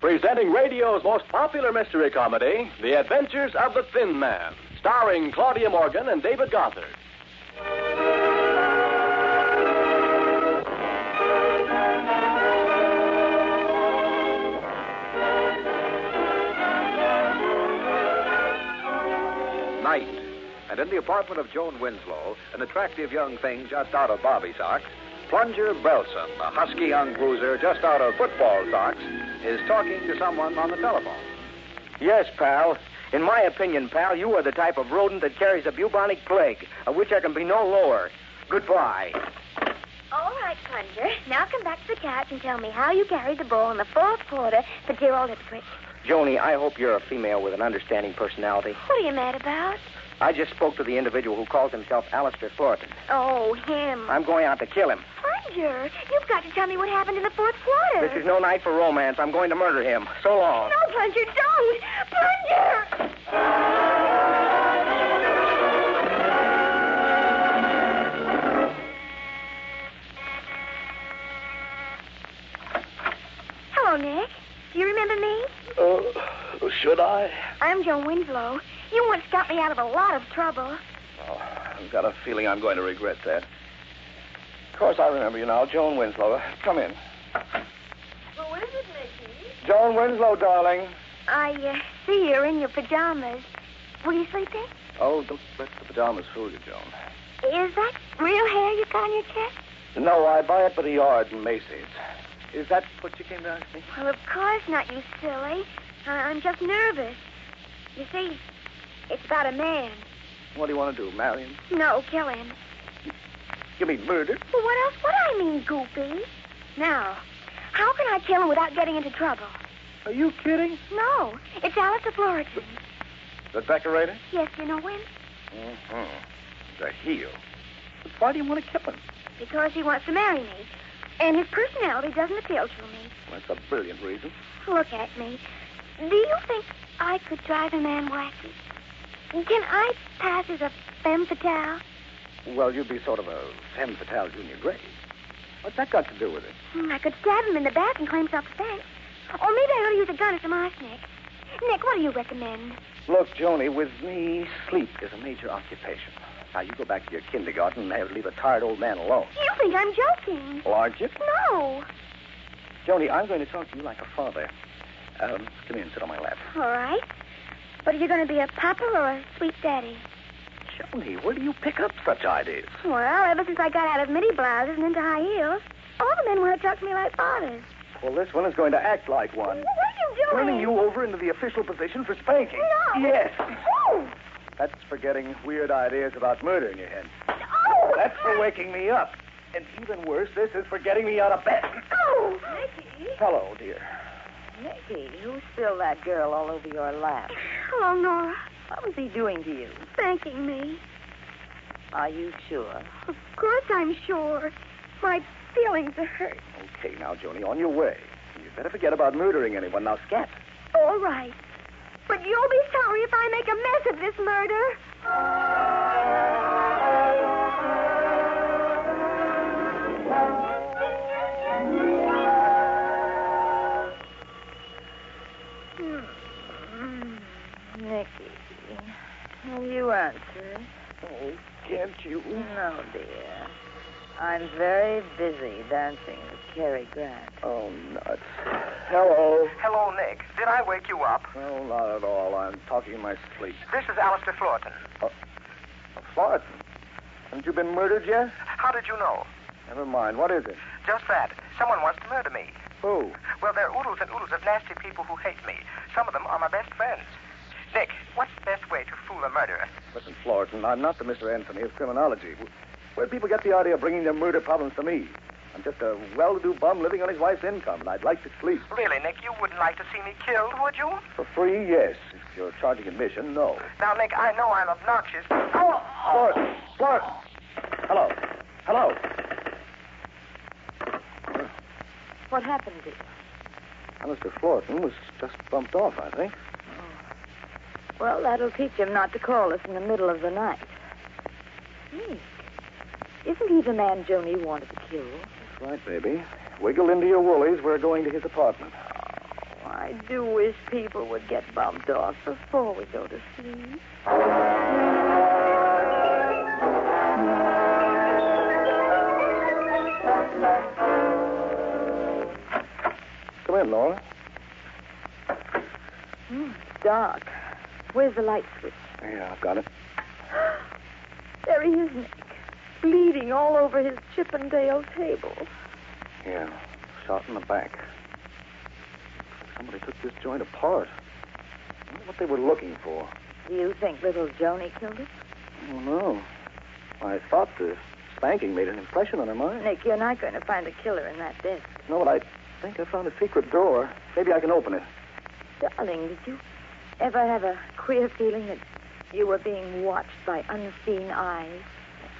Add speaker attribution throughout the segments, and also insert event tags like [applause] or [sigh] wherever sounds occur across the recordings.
Speaker 1: Presenting radio's most popular mystery comedy, The Adventures of the Thin Man, starring Claudia Morgan and David Gothard.
Speaker 2: night. And in the apartment of Joan Winslow, an attractive young thing just out of bobby socks, Plunger Belson, a husky young bruiser just out of football socks, is talking to someone on the telephone.
Speaker 3: Yes, pal. In my opinion, pal, you are the type of rodent that carries the bubonic plague, of which I can be no lower. Goodbye.
Speaker 4: All right, Plunger. Now come back to the couch and tell me how you carried the ball in the fourth quarter for dear old Ipswich.
Speaker 3: Joni, I hope you're a female with an understanding personality.
Speaker 4: What are you mad about?
Speaker 3: I just spoke to the individual who calls himself Alistair Thornton.
Speaker 4: Oh, him.
Speaker 3: I'm going out to kill him.
Speaker 4: Plunger, you've got to tell me what happened in the fourth quarter.
Speaker 3: This is no night for romance. I'm going to murder him. So long.
Speaker 4: No, Plunger, don't! Plunger! Hello, Nick. Do you remember me?
Speaker 5: Oh, should I?
Speaker 4: I'm Joan Winslow. You once got me out of a lot of trouble.
Speaker 5: Oh, I've got a feeling I'm going to regret that. Of course, I remember you now, Joan Winslow. Come in.
Speaker 4: Who is it, Mickey?
Speaker 5: Joan Winslow, darling.
Speaker 4: I uh, see you're in your pajamas. Were you sleeping?
Speaker 5: Oh, don't let the pajamas fool you, Joan.
Speaker 4: Is that real hair you got on your chest?
Speaker 5: No, I buy it by the yard in Macy's. Is that what you came to ask me?
Speaker 4: Well, of course not, you silly. I- I'm just nervous. You see, it's about a man.
Speaker 5: What do you want to do, marry him?
Speaker 4: No, kill him.
Speaker 5: You mean murder?
Speaker 4: Well, what else would I mean, Goopy? Now, how can I kill him without getting into trouble?
Speaker 5: Are you kidding?
Speaker 4: No, it's Alice of Floriton.
Speaker 5: The decorator?
Speaker 4: Yes, you know him?
Speaker 5: Mm-hmm. The heel. But why do you want to kill him?
Speaker 4: Because he wants to marry me. And his personality doesn't appeal to me.
Speaker 5: Well, that's a brilliant [laughs] reason.
Speaker 4: Look at me. Do you think I could drive a man wacky? Can I pass as a femme fatale?
Speaker 5: Well, you'd be sort of a femme fatale junior grade. What's that got to do with it?
Speaker 4: Hmm, I could stab him in the back and claim self-defense. Or maybe I ought to use a gun or some arsenic. Nick, what do you recommend?
Speaker 5: Look, Joni, with me, sleep is a major occupation. Now, you go back to your kindergarten and leave a tired old man alone.
Speaker 4: You think I'm joking?
Speaker 5: Well, aren't you?
Speaker 4: No.
Speaker 5: Joni, I'm going to talk to you like a father. Um, come here and sit on my lap.
Speaker 4: All right. But are you going to be a papa or a sweet daddy?
Speaker 5: Joni, where do you pick up such ideas?
Speaker 4: Well, ever since I got out of midi blouses and into high heels, all the men want to talk to me like fathers.
Speaker 5: Well, this one is going to act like
Speaker 4: What are
Speaker 5: one.
Speaker 4: you doing?
Speaker 5: Turning you over into the official position for spanking.
Speaker 4: No.
Speaker 5: Yes.
Speaker 4: Oh!
Speaker 5: That's for getting weird ideas about murder in your head.
Speaker 4: Oh!
Speaker 5: That's for waking me up. And even worse, this is for getting me out of bed.
Speaker 4: Oh!
Speaker 5: Hello, dear.
Speaker 6: Nicky, who spilled that girl all over your lap?
Speaker 4: Hello, Oh, Nora.
Speaker 6: What was he doing to you?
Speaker 4: Thanking me.
Speaker 6: Are you sure?
Speaker 4: Of course I'm sure. My feelings are hurt.
Speaker 5: Okay, now, Joni, on your way. You better forget about murdering anyone. Now, scat.
Speaker 4: All right. But you'll be sorry if I make a mess of this murder.
Speaker 6: Nicky, will Hmm. you answer?
Speaker 5: Oh, can't you?
Speaker 6: No, dear. I'm very busy dancing with Cary Grant.
Speaker 5: Oh, nuts. Hello.
Speaker 7: Hello, Nick. Did I wake you up?
Speaker 5: No, not at all. I'm talking in my sleep.
Speaker 7: This is Alistair Florton.
Speaker 5: Florian, haven't you been murdered yet?
Speaker 7: How did you know?
Speaker 5: Never mind. What is it?
Speaker 7: Just that. Someone wants to murder me.
Speaker 5: Who?
Speaker 7: Well, there are oodles and oodles of nasty people who hate me. Some of them are my best friends. Nick, what's the best way to fool a murderer?
Speaker 5: Listen, Florian, I'm not the Mr. Anthony of criminology. Where people get the idea of bringing their murder problems to me? I'm just a well-to-do bum living on his wife's income, and I'd like to sleep.
Speaker 7: Really, Nick, you wouldn't like to see me killed, would you?
Speaker 5: For free, yes. If you're charging admission, no.
Speaker 7: Now, Nick, I know I'm obnoxious. Oh,
Speaker 5: Florian, Florian. Hello. Hello.
Speaker 6: What happened to you?
Speaker 5: Alistair Florton was just bumped off, I think.
Speaker 6: Well, that'll teach him not to call us in the middle of the night. Nick, isn't he the man Joni wanted to kill?
Speaker 5: That's right, baby. Wiggled into your woolies. We're going to his apartment.
Speaker 6: I do wish people would get bumped off before we go to sleep.
Speaker 5: Come in, Laura.
Speaker 6: Hmm, it's dark. Where's the light switch?
Speaker 5: Yeah, I've got it.
Speaker 6: There he is, Nick. Bleeding all over his Chippendale table.
Speaker 5: Yeah, shot in the back. Somebody took this joint apart. I wonder what they were looking for.
Speaker 6: Do you think little Joni killed him?
Speaker 5: I don't know. I thought the spanking made an impression on her mind.
Speaker 6: Nick, you're not going to find a killer in that desk.
Speaker 5: You know what? I think I found a secret door. Maybe I can open it.
Speaker 6: Darling, did you ever have a queer feeling that you were being watched by unseen eyes?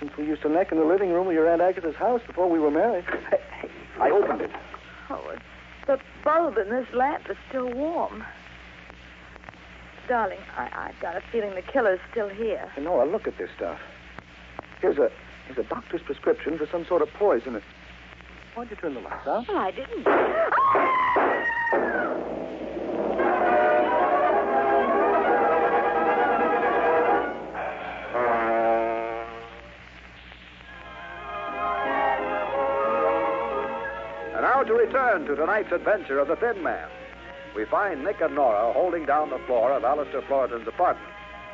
Speaker 5: Since we used to neck in the living room of your Aunt Agatha's house before we were married. I opened it.
Speaker 6: Oh, the bulb in this lamp is still warm. Darling, I, I've got a feeling the killer's still here.
Speaker 5: Hey, Nora, look at this stuff. Here's a here's a doctor's prescription for some sort of poison. Why'd you turn the lights out?
Speaker 6: Well, I [gasps] didn't. Ah!
Speaker 2: And now to return to tonight's adventure of the Thin Man. We find Nick and Nora holding down the floor of Alistair Floridan's apartment.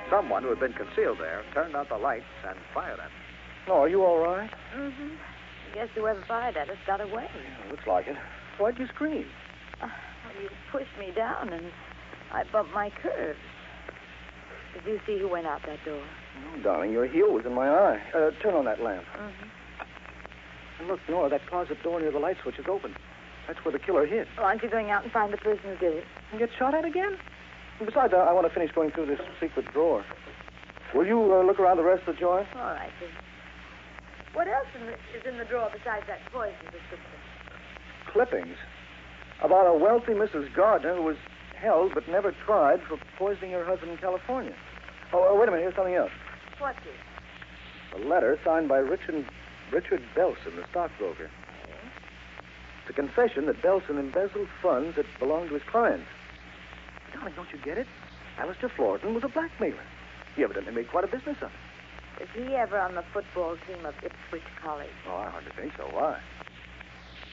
Speaker 2: Someone who had been concealed there turned out the lights and fired at them.
Speaker 5: Nora, Oh, are you all right?
Speaker 6: Mm-hmm. Guess whoever fired at us got away.
Speaker 5: Yeah, looks like it. Why'd you scream?
Speaker 6: Uh, well, you pushed me down, and I bumped my curves. Did you see who went out that door?
Speaker 2: Oh,
Speaker 5: No, darling, your heel was in my eye. Uh, turn on that lamp.
Speaker 6: Mm-hmm.
Speaker 5: And look, Nora, that closet door near the light switch is open. That's where the killer hid.
Speaker 6: Well, Oh, aren't you going out and find the person who did it?
Speaker 5: And get shot at again? And besides, I, I want to finish going through this secret drawer. Will you uh, look around the rest of the drawer?
Speaker 6: All right, then. What else in the, is in the drawer besides that poison prescription?
Speaker 5: Clippings. About a wealthy Mrs. Gardner who was held but never tried for poisoning her husband in California. Oh, uh, wait a minute. Here's something else.
Speaker 6: What's it?
Speaker 5: A letter signed by Richard, Richard Belson, the stockbroker. It's a confession that Belson embezzled funds that belonged to his clients. Darling, don't you get it? Alistair Floridan was a blackmailer. He evidently made quite a business of it.
Speaker 6: Was he ever on the football team of Ipswich College?
Speaker 5: Oh, I hardly think so. Why?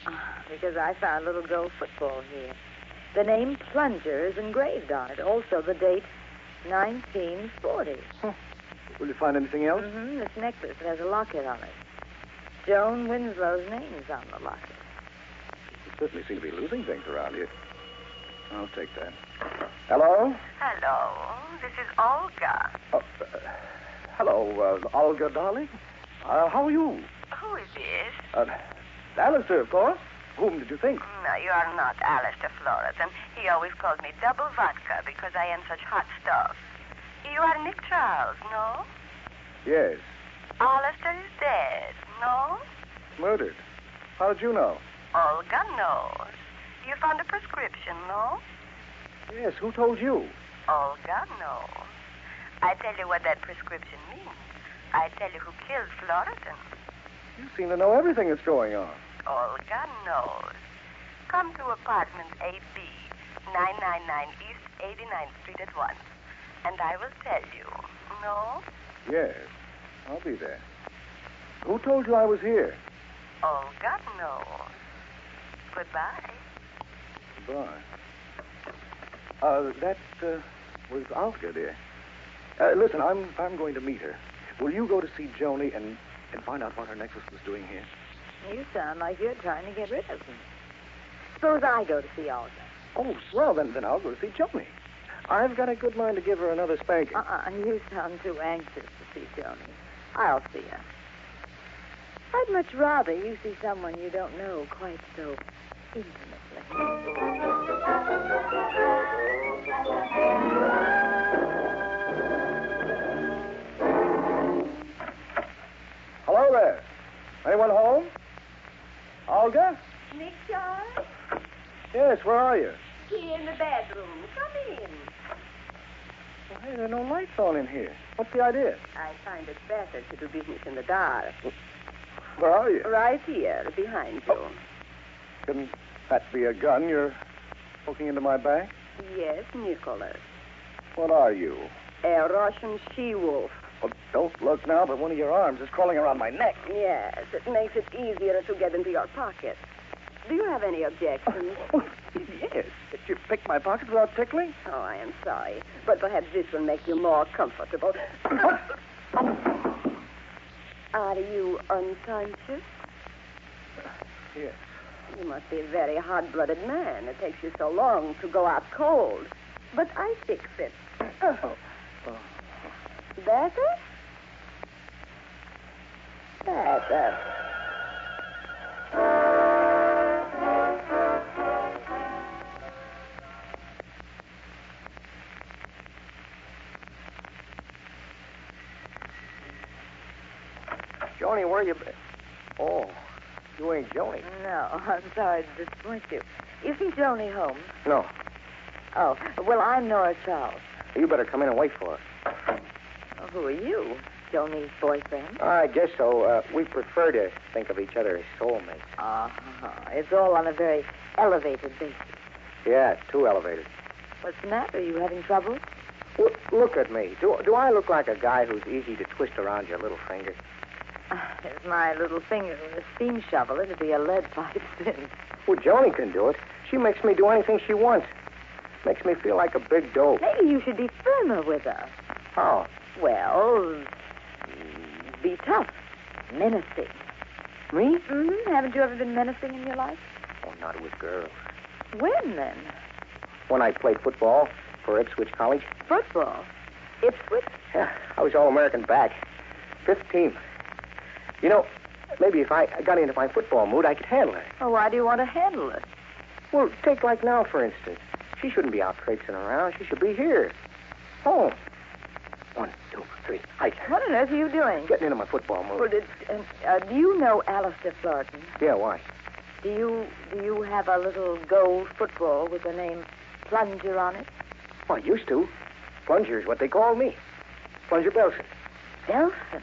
Speaker 6: Ah, because I found little girl football here. The name Plunger is engraved on it. Also, the date 1940.
Speaker 5: Will you find anything else?
Speaker 6: Mm-hmm. This necklace has a locket on it. Joan Winslow's name is on the locket.
Speaker 5: You certainly seem to be losing things around here. I'll take that. Hello?
Speaker 8: Hello, this is Olga.
Speaker 5: Oh, uh, hello, uh, Olga, darling. Uh, how are you?
Speaker 8: Who is this?
Speaker 5: Uh, Alistair, of course. Whom did you think?
Speaker 8: No, you are not Alistair Floridan. He always calls me Double Vodka because I am such hot stuff. You are Nick Charles, no?
Speaker 5: Yes,
Speaker 8: Alistair is dead, no?
Speaker 5: murdered. How did you know?
Speaker 8: Olga knows. You found a prescription, no?
Speaker 5: Yes, who told you?
Speaker 8: Olga knows. I tell you what that prescription means. I tell you who killed Floridan.
Speaker 5: You seem to know everything that's going on.
Speaker 8: Olga knows. Come to apartment 8B, 999 East 89th Street at once, and I will tell you. No?
Speaker 5: Yes, I'll be there. Who told you I was here?
Speaker 8: Olga knows. Goodbye.
Speaker 5: Goodbye. Uh, that uh, was Olga, dear. Uh, listen, I'm I'm going to meet her. Will you go to see Joni and and find out what her necklace was doing here?
Speaker 6: You sound like you're trying to get rid of him. Suppose I go to see Olga.
Speaker 5: Oh, well, then then I'll go to see Joni. I've got a good mind to give her another spanking.
Speaker 6: Uh-uh, you sound too anxious to see Joni. I'll see her. I'd much rather you see someone you don't know quite so intimately.
Speaker 5: Hello there. Anyone home? Olga?
Speaker 9: Nick Charles,
Speaker 5: Yes, where are you?
Speaker 9: here in the bedroom. Come in.
Speaker 5: Well, hey, there are no lights on in here. What's the idea?
Speaker 9: I find it better to do business in the dark.
Speaker 5: Where are you?
Speaker 9: Oh. Right here, behind you.
Speaker 5: Can that be a gun you're
Speaker 10: Poking into my back?
Speaker 8: Yes, Nicholas.
Speaker 10: What are you?
Speaker 8: A Russian she-wolf.
Speaker 10: Well, don't look now, but one of your arms is crawling around my neck.
Speaker 8: Yes, it makes it easier to get into your pocket. Do you have any objections?
Speaker 6: [laughs]
Speaker 10: yes. Did you pick my pocket without tickling?
Speaker 8: Oh, I am sorry, but perhaps this will make you more
Speaker 6: [coughs]
Speaker 8: comfortable. Are you unconscious?
Speaker 10: Yes.
Speaker 8: You must be a very hard-blooded man. It takes you so long to go out cold. But I fix it.
Speaker 10: Oh.
Speaker 8: Better? Better.
Speaker 5: Joni, where you been? Oh, you ain't Joni.
Speaker 6: No, I'm sorry to disappoint you. Isn't Joni home?
Speaker 5: No.
Speaker 6: Oh, well, I'm Nora Charles.
Speaker 5: You better come in and wait for her.
Speaker 6: Oh, who are you? Joni's boyfriend?
Speaker 5: Oh, I guess so. Uh, we prefer to think of each other as soulmates.
Speaker 6: Uh-huh. It's all on a very elevated basis.
Speaker 5: Yeah, too elevated.
Speaker 6: What's the matter? Are you having trouble? [laughs]
Speaker 5: W- look at me. Do, do I look like a guy who's easy to twist around your little finger?
Speaker 6: If my little finger were a steam shovel, it'd be a lead pipe [laughs] then.
Speaker 5: Well, Joni can do it. She makes me do anything she wants. Makes me feel like a big dope. Oh.
Speaker 6: Maybe you should be firmer with her.
Speaker 5: How?
Speaker 6: Well, be tough. Menacing.
Speaker 5: Me?
Speaker 6: Mm-hmm. Haven't you ever been menacing in your life?
Speaker 5: Oh, not with girls.
Speaker 6: When, then?
Speaker 5: When I played football for Ipswich College.
Speaker 6: Football. Ipswich?
Speaker 5: Yeah, I was All American back. Fifth team. You know, maybe if I got into my football mood, I could handle her.
Speaker 6: Well, why do you want to handle it?
Speaker 5: Well, take like now, for instance. She shouldn't be out traipsing around. She should be here. Home. One, two, three. I
Speaker 6: What on earth are you doing?
Speaker 5: getting into my football mood.
Speaker 6: Well, did, uh, uh, do you know Alistair Florton?
Speaker 5: Yeah, why?
Speaker 6: Do you do you have a little gold football with the name Plunger on it?
Speaker 5: Well, I used to. Plunger is what they call me. Plunger Belson.
Speaker 6: Belson.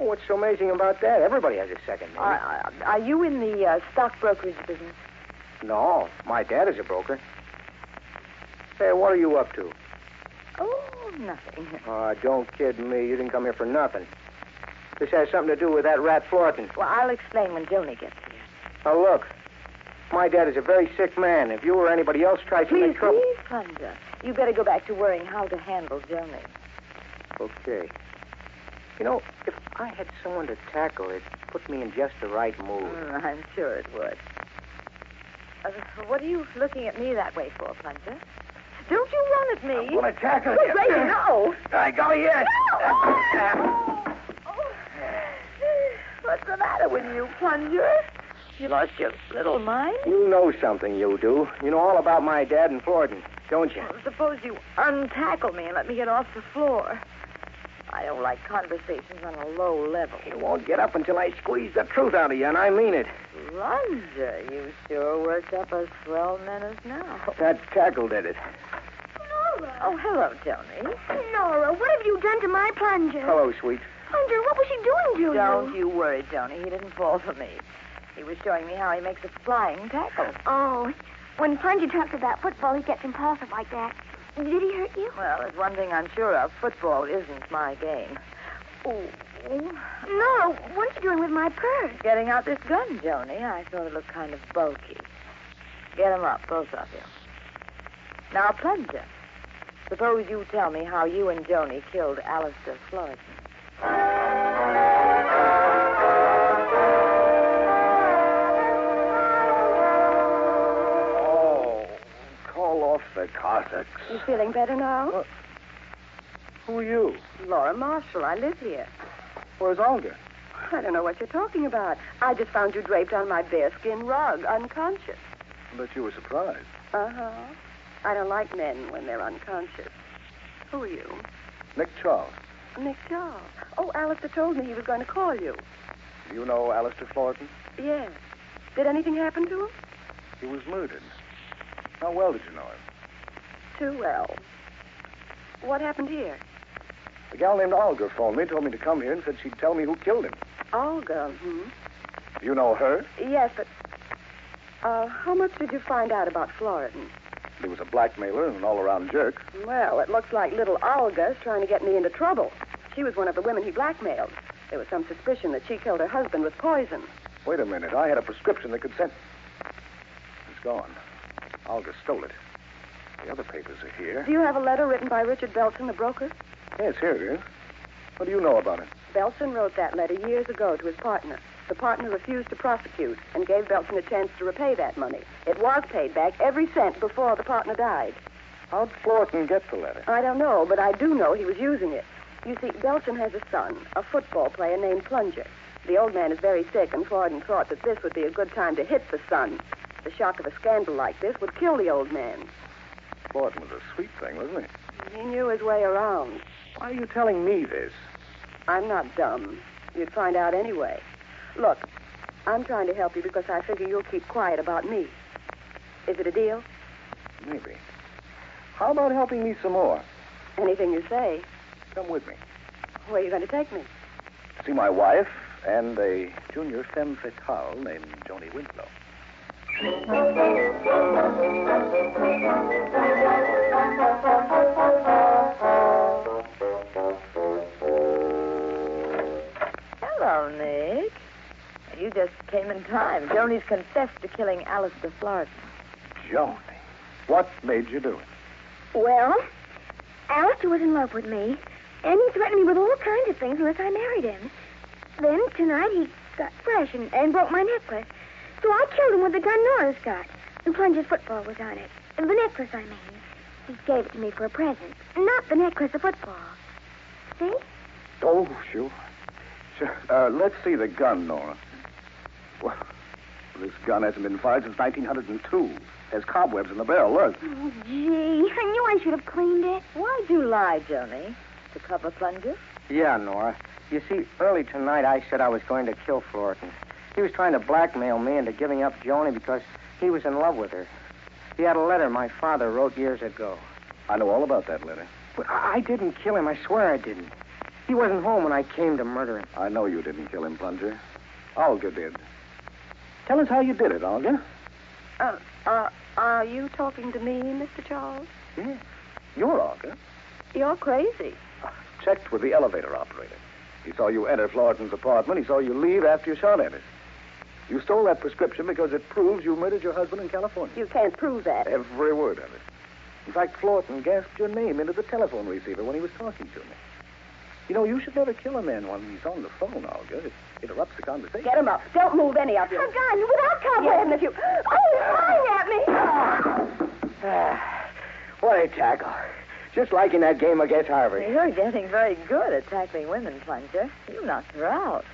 Speaker 5: Oh, what's so amazing about that? Everybody has a second name.
Speaker 6: Are, are you in the uh, stock brokerage business?
Speaker 5: No, my dad is a broker. Hey, what are you up to?
Speaker 6: Oh, nothing.
Speaker 5: Uh, don't kid me. You didn't come here for nothing. This has something to do with that rat Florton.
Speaker 6: Well, I'll explain when Joni gets here.
Speaker 5: Now, look. My dad is a very sick man. If you or anybody else tries to
Speaker 6: Please,
Speaker 5: make trouble...
Speaker 6: please, Plunger. You better go back to worrying how to handle Joni.
Speaker 5: Okay. You know, if I had someone to tackle, it put me in just the right mood.
Speaker 6: Mm, I'm sure it would. Uh, what are you looking at me that way for, Plunger? Don't you run at me.
Speaker 5: I'm gonna tackle
Speaker 6: Good
Speaker 5: you.
Speaker 6: [laughs] Great, no.
Speaker 5: I go yes.
Speaker 6: No! Oh, What's the matter with you, Plunger? You lost your little mind?
Speaker 5: You know something, you do. You know all about my dad and Florton, don't you?
Speaker 6: Well, suppose you untackle me and let me get off the floor. I don't like conversations on a low level.
Speaker 5: You won't get up until I squeeze the truth out of you, and I mean it.
Speaker 6: Plunger, you sure worked up a swell menace now.
Speaker 5: That tackle did it.
Speaker 4: Nora.
Speaker 6: Oh, hello, Joni.
Speaker 4: Nora, what have you done to my plunger?
Speaker 5: Hello, sweet.
Speaker 4: Plunger, what was he doing to
Speaker 6: Oh, Don't
Speaker 4: you?
Speaker 6: you worry, Joni. He didn't fall for me. He was showing me how he makes a flying tackle.
Speaker 4: Oh, when Plunger talks about football, he gets impulsive like that. Did he hurt you?
Speaker 6: Well, there's one thing I'm sure of. Football isn't my game. Oh,
Speaker 4: No, what are you doing with my purse?
Speaker 6: Getting out this gun, Joni. I thought it looked kind of bulky. Get 'em up, both of you. Now, Plunger, suppose you tell me how you and Joni killed Alistair Floyd.
Speaker 10: Oh, call off the Cossacks.
Speaker 8: You feeling better now?
Speaker 10: Who are you?
Speaker 8: Laura Marshall, I live here.
Speaker 10: Where's Olga?
Speaker 8: I don't know what you're talking about. I just found you draped on my bearskin rug, unconscious.
Speaker 10: I bet you were surprised.
Speaker 8: Uh huh. I don't like men when they're unconscious. Who are you?
Speaker 10: Nick Charles.
Speaker 8: Nick Shaw. Oh, Alistair told me he was going to call you.
Speaker 10: Do you know Alistair Florton?
Speaker 8: Yes. Did anything happen to him?
Speaker 10: He was murdered. How well did you know him?
Speaker 8: Too well. What happened here?
Speaker 10: A gal named Olga phoned me, told me to come here, and said she'd tell me who killed him.
Speaker 8: Olga. Hmm?
Speaker 10: Do you know her?
Speaker 8: Yes, but. Uh, how much did you find out about Floridan?
Speaker 5: He was a blackmailer and an all around jerk.
Speaker 9: Well, it looks like little Olga's trying to get me into trouble. She was one of the women he blackmailed. There was some suspicion that she killed her husband with poison.
Speaker 5: Wait a minute. I had a prescription that could send. It's gone. Olga stole it. The other papers are here.
Speaker 9: Do you have a letter written by Richard Belson, the broker?
Speaker 5: Yes, here it is. What do you know about it?
Speaker 9: Belson wrote that letter years ago to his partner. The partner refused to prosecute and gave Belson a chance to repay that money. It was paid back every cent before the partner died.
Speaker 5: How'd Florton get the letter?
Speaker 9: I don't know, but I do know he was using it. You see, Belson has a son, a football player named Plunger. The old man is very sick, and Florton thought that this would be a good time to hit the son. The shock of a scandal like this would kill the old man.
Speaker 5: Florton was a sweet thing, wasn't
Speaker 9: He knew his way around.
Speaker 5: he? Why are you telling me this?
Speaker 9: I'm not dumb. You'd find out anyway. Look, I'm trying to help you because I figure you'll keep quiet about me. Is it a deal?
Speaker 5: Maybe. How about helping me some more?
Speaker 9: Anything you say.
Speaker 5: Come with me.
Speaker 9: Where are you going to take me?
Speaker 5: See my wife and a junior femme fatale named Joni Winslow.
Speaker 6: Hello, Nick. You just came in time. Joni's confessed to killing Alistair Florton.
Speaker 5: Joni, what made you do it?
Speaker 4: Well, Alistair was in love with me, and he threatened me with all kinds of things unless I married him. Then tonight he got fresh and, and broke my necklace. So I killed him with the gun Nora's got. And Plunger's football was on it. And the necklace, I mean. He gave it to me for a present. Not the necklace, the football. See?
Speaker 5: Oh, sure. Sure. Uh, let's see the gun, Nora. Well, this gun hasn't been fired since 1902. There's cobwebs in the barrel. Look.
Speaker 4: Oh, gee. I knew I should have cleaned it.
Speaker 6: Why'd you lie, Joni? To cover Plunger?
Speaker 3: Yeah, Nora. You see, early tonight I said I was going to kill Florton. He was trying to blackmail me into giving up Joni because he was in love with her. He had a letter my father wrote years ago.
Speaker 5: I know all about that letter.
Speaker 3: But I I didn't kill him. I swear I didn't. He wasn't home when I came to murder him.
Speaker 5: I know you didn't kill him, Plunger. Olga did. Tell us how you did it, Olga.
Speaker 4: Um,
Speaker 9: Uh, uh, are you talking to me, Mr. Charles?
Speaker 5: Yes. Hmm? You're Olga.
Speaker 9: You're crazy.
Speaker 5: Checked with the elevator operator. He saw you enter Floridan's apartment. He saw you leave after you shot at it. You stole that prescription because it proves you murdered your husband in California.
Speaker 9: You can't prove that.
Speaker 5: Every word of it. In fact, Florton gasped your name into the telephone receiver when he was talking to me. You know, you should never kill a man while he's on the phone, Olga. It interrupts the conversation.
Speaker 9: Get him up. Don't move any of Oh, you. A gun without cover. Yes, and if you... Oh, he's flying at me.
Speaker 5: [sighs]
Speaker 3: Ah, what a tackle. Just like in that game against Harvard.
Speaker 6: You're getting very good at tackling women, Plunger. You knocked her out.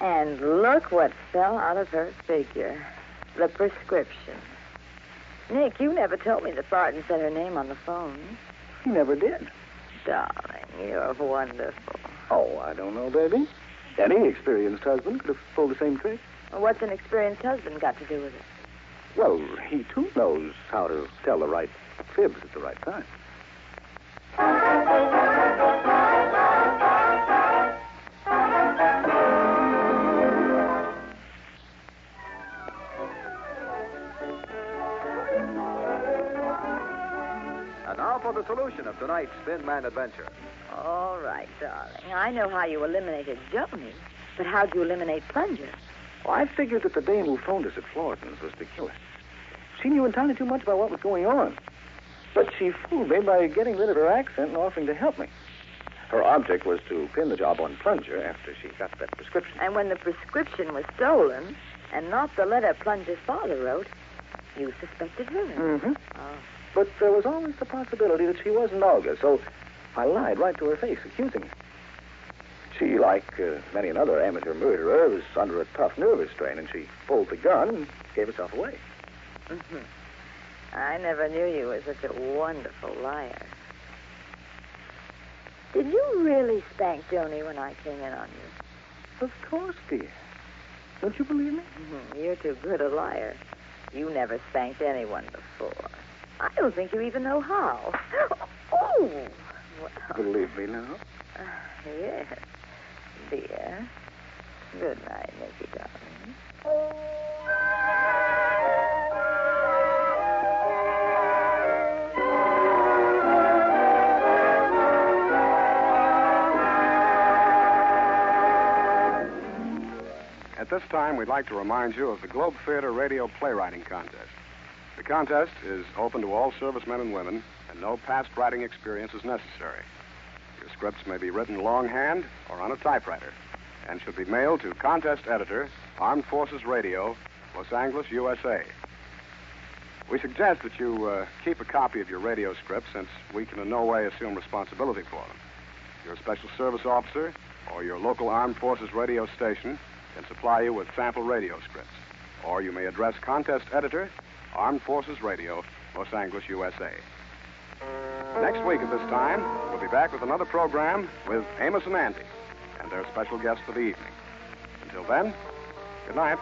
Speaker 6: And look what fell out of her figure the prescription. Nick, you never told me that Barton said her name on the phone.
Speaker 5: He never did.
Speaker 6: Darling, you're wonderful.
Speaker 5: Oh, I don't know, baby. Any experienced husband could have pulled the same trick.
Speaker 6: What's an experienced husband got to do with it?
Speaker 5: Well, he too knows how to tell the right fibs at the right time.
Speaker 2: And now for the solution of tonight's Thin Man adventure.
Speaker 6: All right, darling. I know how you eliminated Joni, but how'd you eliminate Plunger?
Speaker 5: Well, I figured that the dame who phoned us at Floridan's was the killer. She knew entirely too much about what was going on. But she fooled me by getting rid of her accent and offering to help me. Her object was to pin the job on Plunger after she got that prescription.
Speaker 6: And when the prescription was stolen, and not the letter Plunger's father wrote, you suspected her.
Speaker 5: Mm-hmm.
Speaker 6: Oh.
Speaker 5: But there was always the possibility that she wasn't Olga, so I lied right to her face, accusing her. She, like uh, many another amateur murderer, was under a tough nervous strain, and she pulled the gun and gave herself away.
Speaker 6: Mhm. I never knew you were such a wonderful liar. Did you really spank Joni when I came in on you?
Speaker 5: Of course, dear. Don't you believe me?
Speaker 6: Mhm. You're too good a liar. You never spanked anyone before. I don't think you even know how. [gasps] Oh! Well,
Speaker 5: Believe me now.
Speaker 6: [sighs] yes, dear. Good night, Nicky darling.
Speaker 11: this time, we'd like to remind you of the Globe Theater Radio Playwriting Contest. The contest is open to all servicemen and women, and no past writing experience is necessary. Your scripts may be written longhand or on a typewriter, and should be mailed to contest editor, Armed Forces Radio, Los Angeles, USA. We suggest that you uh, keep a copy of your radio script since we can in no way assume responsibility for them. Your special service officer or your local Armed Forces radio station can supply you with sample radio scripts. Or you may address contest editor, Armed Forces Radio, Los Angeles, USA. Next week at this time, we'll be back with another program with Amos and Andy and their special guest for the evening. Until then, good night.